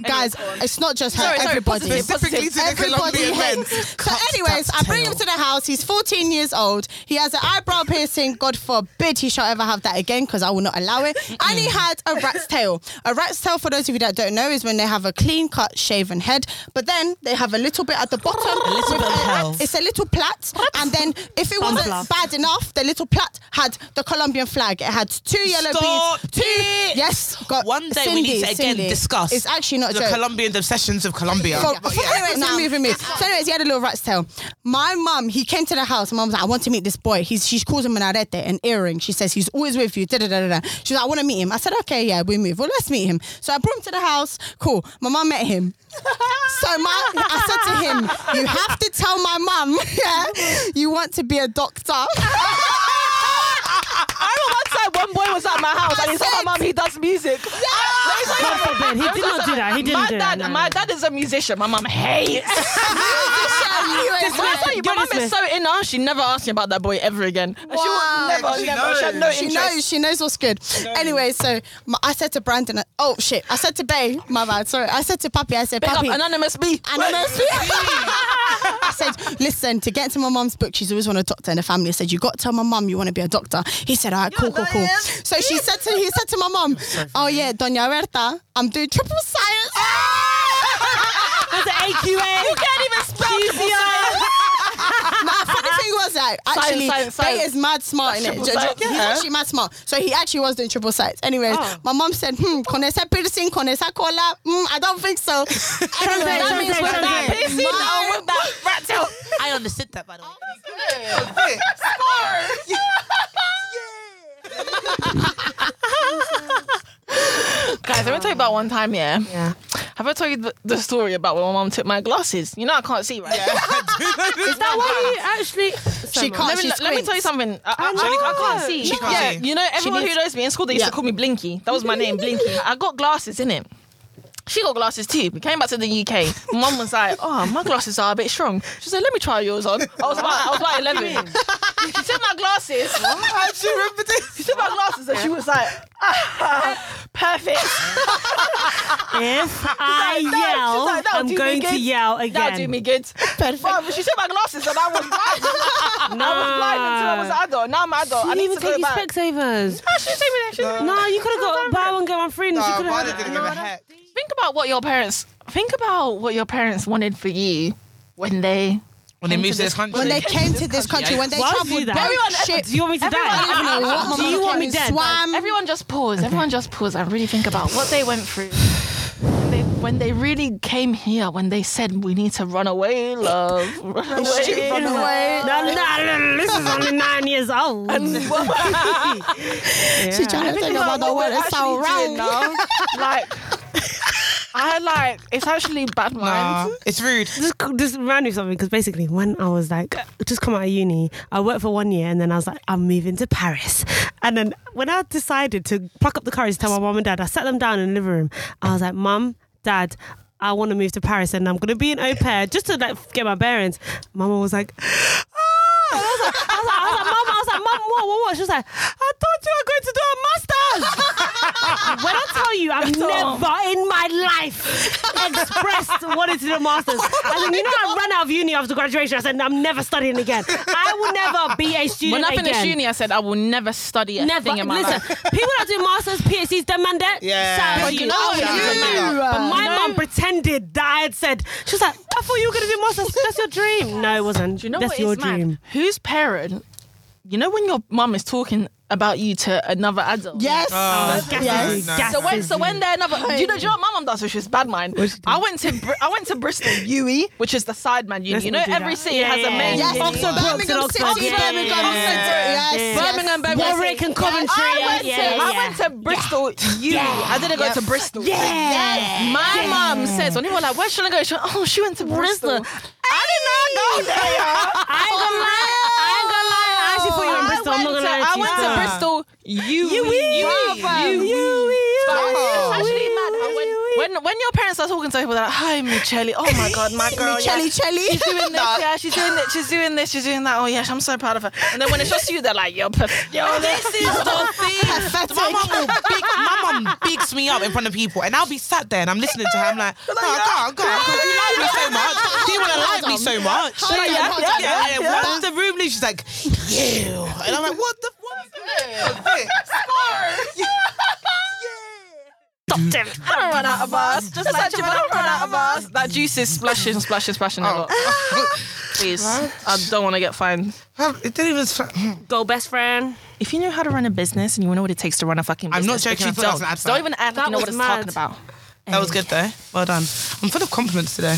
Speaker 5: guys, it's not just her.
Speaker 6: Sorry, sorry,
Speaker 5: everybody.
Speaker 6: positive,
Speaker 1: Specifically to the
Speaker 5: Everybody
Speaker 1: Colombian men.
Speaker 5: hates. So, anyways, I bring him to the house. He's 14 years old. He has an eyebrow piercing. God forbid he shall ever have that again because I will not allow it. And he had a rat's tail. A rat's tail, for those of you that don't know, is when they have a clean cut, shaven head, but then they have a little bit at the bottom.
Speaker 1: A little
Speaker 5: with
Speaker 1: bit of hell.
Speaker 5: It's a little plait. And then if it wasn't
Speaker 6: Sunflower.
Speaker 5: bad enough, the little plait had the Colombian flag. It had two yellow
Speaker 1: Stop
Speaker 5: beads. Two.
Speaker 1: it.
Speaker 5: Yes. Got
Speaker 1: One day we need to
Speaker 5: Cindy,
Speaker 1: again
Speaker 5: Cindy.
Speaker 1: discuss
Speaker 5: It's actually not a
Speaker 1: the
Speaker 5: joke.
Speaker 1: Colombian obsessions of Colombia.
Speaker 5: So,
Speaker 1: But
Speaker 5: so
Speaker 1: yeah.
Speaker 5: anyways, no. moving me. So anyways, he had a little rat's tail. My mum, he came to the house. My mum was like, I want to meet this boy. He's she calls him an arete, an earring. She says he's always with you. Da da da da. da. She's like, I want to meet him. I said, okay, yeah, we move. Well, let's meet him. So I brought him to the house. Cool. My mum met him. So my, I said to him, you have to tell my mum, yeah, you want to be a doctor.
Speaker 3: I remember one time one boy was at my house and he told my mum he does music.
Speaker 2: God forbid. He did not do that. He didn't
Speaker 3: my
Speaker 2: do
Speaker 3: dad,
Speaker 2: that. No,
Speaker 3: my
Speaker 2: no.
Speaker 3: dad is a musician. My mum hates.
Speaker 5: This
Speaker 3: my
Speaker 5: man-
Speaker 3: son- my mum is so in her. She never asked me about that boy ever again. And She will
Speaker 5: Wow.
Speaker 3: never,
Speaker 1: She
Speaker 3: never. She had no
Speaker 1: knows.
Speaker 5: she
Speaker 3: interest.
Speaker 5: knows. She knows what's good. Anyway, so my, I said to Brandon, oh shit, I said to Bay, my bad, sorry. I said to Papi, I said,
Speaker 3: Pick up
Speaker 5: Papi,
Speaker 3: anonymous B.
Speaker 5: Anonymous. I said, listen, to get to my mum's book, she's always wanted a doctor in the family. I said, you got to tell my mum you want to be a doctor. He said, all right, cool, cool, cool. So she said to he said to my mum, oh yeah, Doña Berta, I'm doing triple science.
Speaker 2: That's an AQA. You can't even spell QCR.
Speaker 5: No, funny thing was that actually,
Speaker 3: science,
Speaker 5: Bay
Speaker 3: science.
Speaker 5: is mad smart in it.
Speaker 3: Triple science.
Speaker 5: He's
Speaker 3: Yeah.
Speaker 5: actually mad smart. So he actually was doing triple sites. Anyways, my mum said, hmm, con esa piercing, con esa cola, mm, I don't think so. anyway, that means
Speaker 2: translate,
Speaker 5: with that
Speaker 2: translate.
Speaker 5: piercing,
Speaker 3: No, with that rat tail.
Speaker 1: I understood that
Speaker 3: Oh,
Speaker 1: by the way.
Speaker 3: Guys, let me tell you about one time, yeah? Yeah. Have I told you the, the story about when my mom took my glasses? You know I can't see, right? Yeah.
Speaker 2: Is that why you actually?
Speaker 5: She can't,
Speaker 3: Let me,
Speaker 5: she
Speaker 3: let me tell you
Speaker 5: squints.
Speaker 3: something. I, I,
Speaker 1: She
Speaker 3: I
Speaker 1: can't
Speaker 3: can't
Speaker 1: see.
Speaker 3: see.
Speaker 1: She can't
Speaker 3: yeah,
Speaker 1: see.
Speaker 3: you know, everyone
Speaker 5: needs-
Speaker 3: who knows me in school, they used
Speaker 5: Yeah.
Speaker 3: to call me Blinky. That was my name, Blinky. I got glasses, innit? She got glasses too. We came back to the UK. My Mum was like, "Oh, my glasses are a bit strong." She said, "Let me try yours on." I was about, I was about eleven. She took my glasses.
Speaker 1: I actually remember this.
Speaker 3: She took my glasses, and she was like, ah, "Perfect."
Speaker 2: If I
Speaker 3: no, she's
Speaker 2: yell,
Speaker 3: like, that'll
Speaker 2: I'm
Speaker 3: do me
Speaker 2: going to
Speaker 3: good.
Speaker 2: yell again.
Speaker 3: That'll do me good. Perfect. Mom, she took my glasses and I was blind. I was blind until I was an adult. Now I'm an adult. I
Speaker 2: You
Speaker 3: need
Speaker 2: even
Speaker 3: to
Speaker 2: take
Speaker 3: go
Speaker 2: your
Speaker 3: back.
Speaker 2: Specsavers.
Speaker 3: No, she didn't take me there. She didn't-
Speaker 2: No, you could have got buy one get one free. and she
Speaker 1: No,
Speaker 2: could
Speaker 1: Violet
Speaker 2: have.
Speaker 1: didn't give a heck.
Speaker 3: Think about what your parents. Think about what your parents wanted for you when they.
Speaker 1: When they moved to this country.
Speaker 5: When they came to this country, when they
Speaker 2: Why would you do
Speaker 5: travelled,
Speaker 2: that?
Speaker 5: very
Speaker 2: Everyone-
Speaker 5: shit.
Speaker 2: Do you want me to
Speaker 5: I don't even know
Speaker 2: die?
Speaker 5: what my
Speaker 2: Do you
Speaker 5: mum
Speaker 2: want
Speaker 5: came
Speaker 2: me
Speaker 5: and
Speaker 2: dead?
Speaker 5: swam.
Speaker 3: Everyone just pause. Everyone just pause and really think about what they went through. When they, when they really came here, when they said we need to run away, love, run away.
Speaker 5: Run away.
Speaker 2: No, no, no, no, this is only nine years old.
Speaker 5: She trying to think about the word. It's so
Speaker 3: Actually,
Speaker 5: wrong.
Speaker 3: no. like, I like. It's actually bad mind.
Speaker 1: Nah, it's rude.
Speaker 2: Just, just remind me of something because basically, when I was like, just come out of uni, I worked for one year and then I was like, I'm moving to Paris. And then when I decided to pluck up the courage to tell my mom and dad, I sat them down in the living room. I was like, Mum, Dad, I want to move to Paris and I'm going to be an au pair just to like get my bearings. Mama was like, "Ah!" I was like, I was like, I was like, Mum, I was like, Mum, what, what, what? She was like, I thought you were going to do a master's. when I tell you, I've never in my life expressed wanted to do a master's. I said, you know, I ran out of uni after graduation. I said, I'm never studying again. I will never be a student
Speaker 3: When I finished
Speaker 2: again.
Speaker 3: uni, I said I will never study a
Speaker 2: Never.
Speaker 3: thing in my
Speaker 2: Listen,
Speaker 3: life.
Speaker 2: people that do masters, PhDs, them man that.
Speaker 1: Yeah.
Speaker 2: shout out
Speaker 1: But
Speaker 2: to
Speaker 1: you
Speaker 2: you.
Speaker 1: know
Speaker 2: I
Speaker 1: what,
Speaker 2: was
Speaker 1: you-
Speaker 2: mad.
Speaker 1: you-
Speaker 2: But my mum pretended that I had said. She was like, I thought you were gonna do masters. That's your dream. No, it wasn't.
Speaker 3: Do you know
Speaker 2: That's
Speaker 3: what
Speaker 2: your
Speaker 3: is mad?
Speaker 2: dream.
Speaker 3: Whose parent? You know when your mum is talking about you to another adult.
Speaker 5: Yes.
Speaker 2: Gases,
Speaker 5: Yes.
Speaker 1: No, no.
Speaker 2: gases.
Speaker 3: So when, so when they're another, do you know, do you know what my mum does? Which is bad mind. I went to Br- I went to Bristol UE, which is the side man uni.
Speaker 2: Let's
Speaker 3: You know,
Speaker 2: not do
Speaker 3: every
Speaker 2: that.
Speaker 3: city
Speaker 2: Yeah,
Speaker 3: has
Speaker 2: yeah,
Speaker 3: a main.
Speaker 2: yeah.
Speaker 5: Yes.
Speaker 3: uni.
Speaker 2: Oxford, Oxford,
Speaker 5: Birmingham
Speaker 2: Oxford,
Speaker 5: City,
Speaker 2: yeah,
Speaker 5: Birmingham
Speaker 2: yeah,
Speaker 5: City.
Speaker 1: yeah.
Speaker 5: Yes. yes.
Speaker 3: Birmingham, Birmingham.
Speaker 2: Warwick and Coventry.
Speaker 3: I went to,
Speaker 2: yeah,
Speaker 3: I
Speaker 2: yeah.
Speaker 3: went to Bristol UE. I didn't
Speaker 5: Yep.
Speaker 3: go to Bristol.
Speaker 2: Yeah.
Speaker 3: My mum says when people are like, where should I go? She went, oh, she went to Bristol. I did not go there.
Speaker 2: I ain't gonna lie. I ain't gonna lie. I actually thought you were in Bristol. I'm not gonna lie.
Speaker 3: I
Speaker 2: to you.
Speaker 3: went to
Speaker 2: Yeah.
Speaker 3: Bristol. You,
Speaker 2: Bravo.
Speaker 3: you,
Speaker 2: Yui.
Speaker 3: It's actually mad.
Speaker 2: Yui.
Speaker 3: I went- When when your parents are talking to people, they're like, "Hi, Michelle. Oh my God, my girl. yeah.
Speaker 5: Chelly, Chelly.
Speaker 3: She's doing this, yeah. She's doing this. She's doing this. She's doing that. Oh yeah, I'm so proud of her. And then when it's just you, they're like, "Yo, perf- yo, this is the thing."
Speaker 1: My mum will big, my mum bigs me up in front of people, and I'll be sat there and I'm listening to her. I'm like, "Oh, no, I can't, I can't, 'cause you like me so much. Do you want to like me so much?
Speaker 5: Hold on,
Speaker 1: yeah,
Speaker 5: hold
Speaker 1: yeah,
Speaker 5: on.
Speaker 1: yeah. And then once the room leaves, she's like, you. And I'm like, what the what is this?
Speaker 3: I don't run out of bars. Just like you don't run out of bars. That juice is splashing, splashing, splashing a lot. Please, I don't want to get fined.
Speaker 1: Um, It didn't even.
Speaker 2: Go best friend.
Speaker 3: If you knew how to run a business and you know what it takes to run a fucking
Speaker 1: I'm
Speaker 3: business,
Speaker 1: not joking, I
Speaker 3: but You
Speaker 1: thought that was
Speaker 3: don't.
Speaker 1: an ad for that.
Speaker 3: don't even act
Speaker 2: That
Speaker 3: like you know
Speaker 2: was
Speaker 3: what it's
Speaker 2: mad.
Speaker 3: talking about.
Speaker 1: That was good though. Well done. I'm full of compliments today.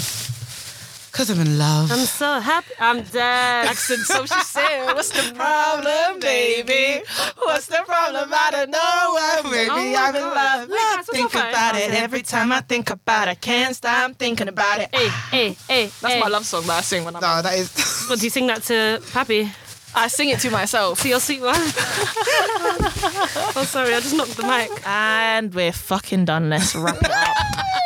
Speaker 1: Cause I'm in love.
Speaker 2: I'm so happy. I'm dead.
Speaker 3: Accent, so she said, "What's the problem, baby? What's the problem? I don't know. Well, Maybe
Speaker 2: Oh my
Speaker 3: I'm in
Speaker 2: God.
Speaker 3: love.
Speaker 2: Wait, guys, what's
Speaker 3: Think
Speaker 2: your phone?
Speaker 3: about
Speaker 2: Oh,
Speaker 3: it
Speaker 2: okay.
Speaker 3: every time I think about it. Can't stop thinking about it.
Speaker 2: Hey, hey, hey.
Speaker 3: That's
Speaker 2: hey.
Speaker 3: my love song that I sing when I'm.
Speaker 1: No, that is.
Speaker 2: What do you sing that to Pappy?
Speaker 3: I sing it to myself.
Speaker 2: To your sweet one? oh, sorry, I just knocked the mic.
Speaker 3: And we're fucking done. Let's wrap it up.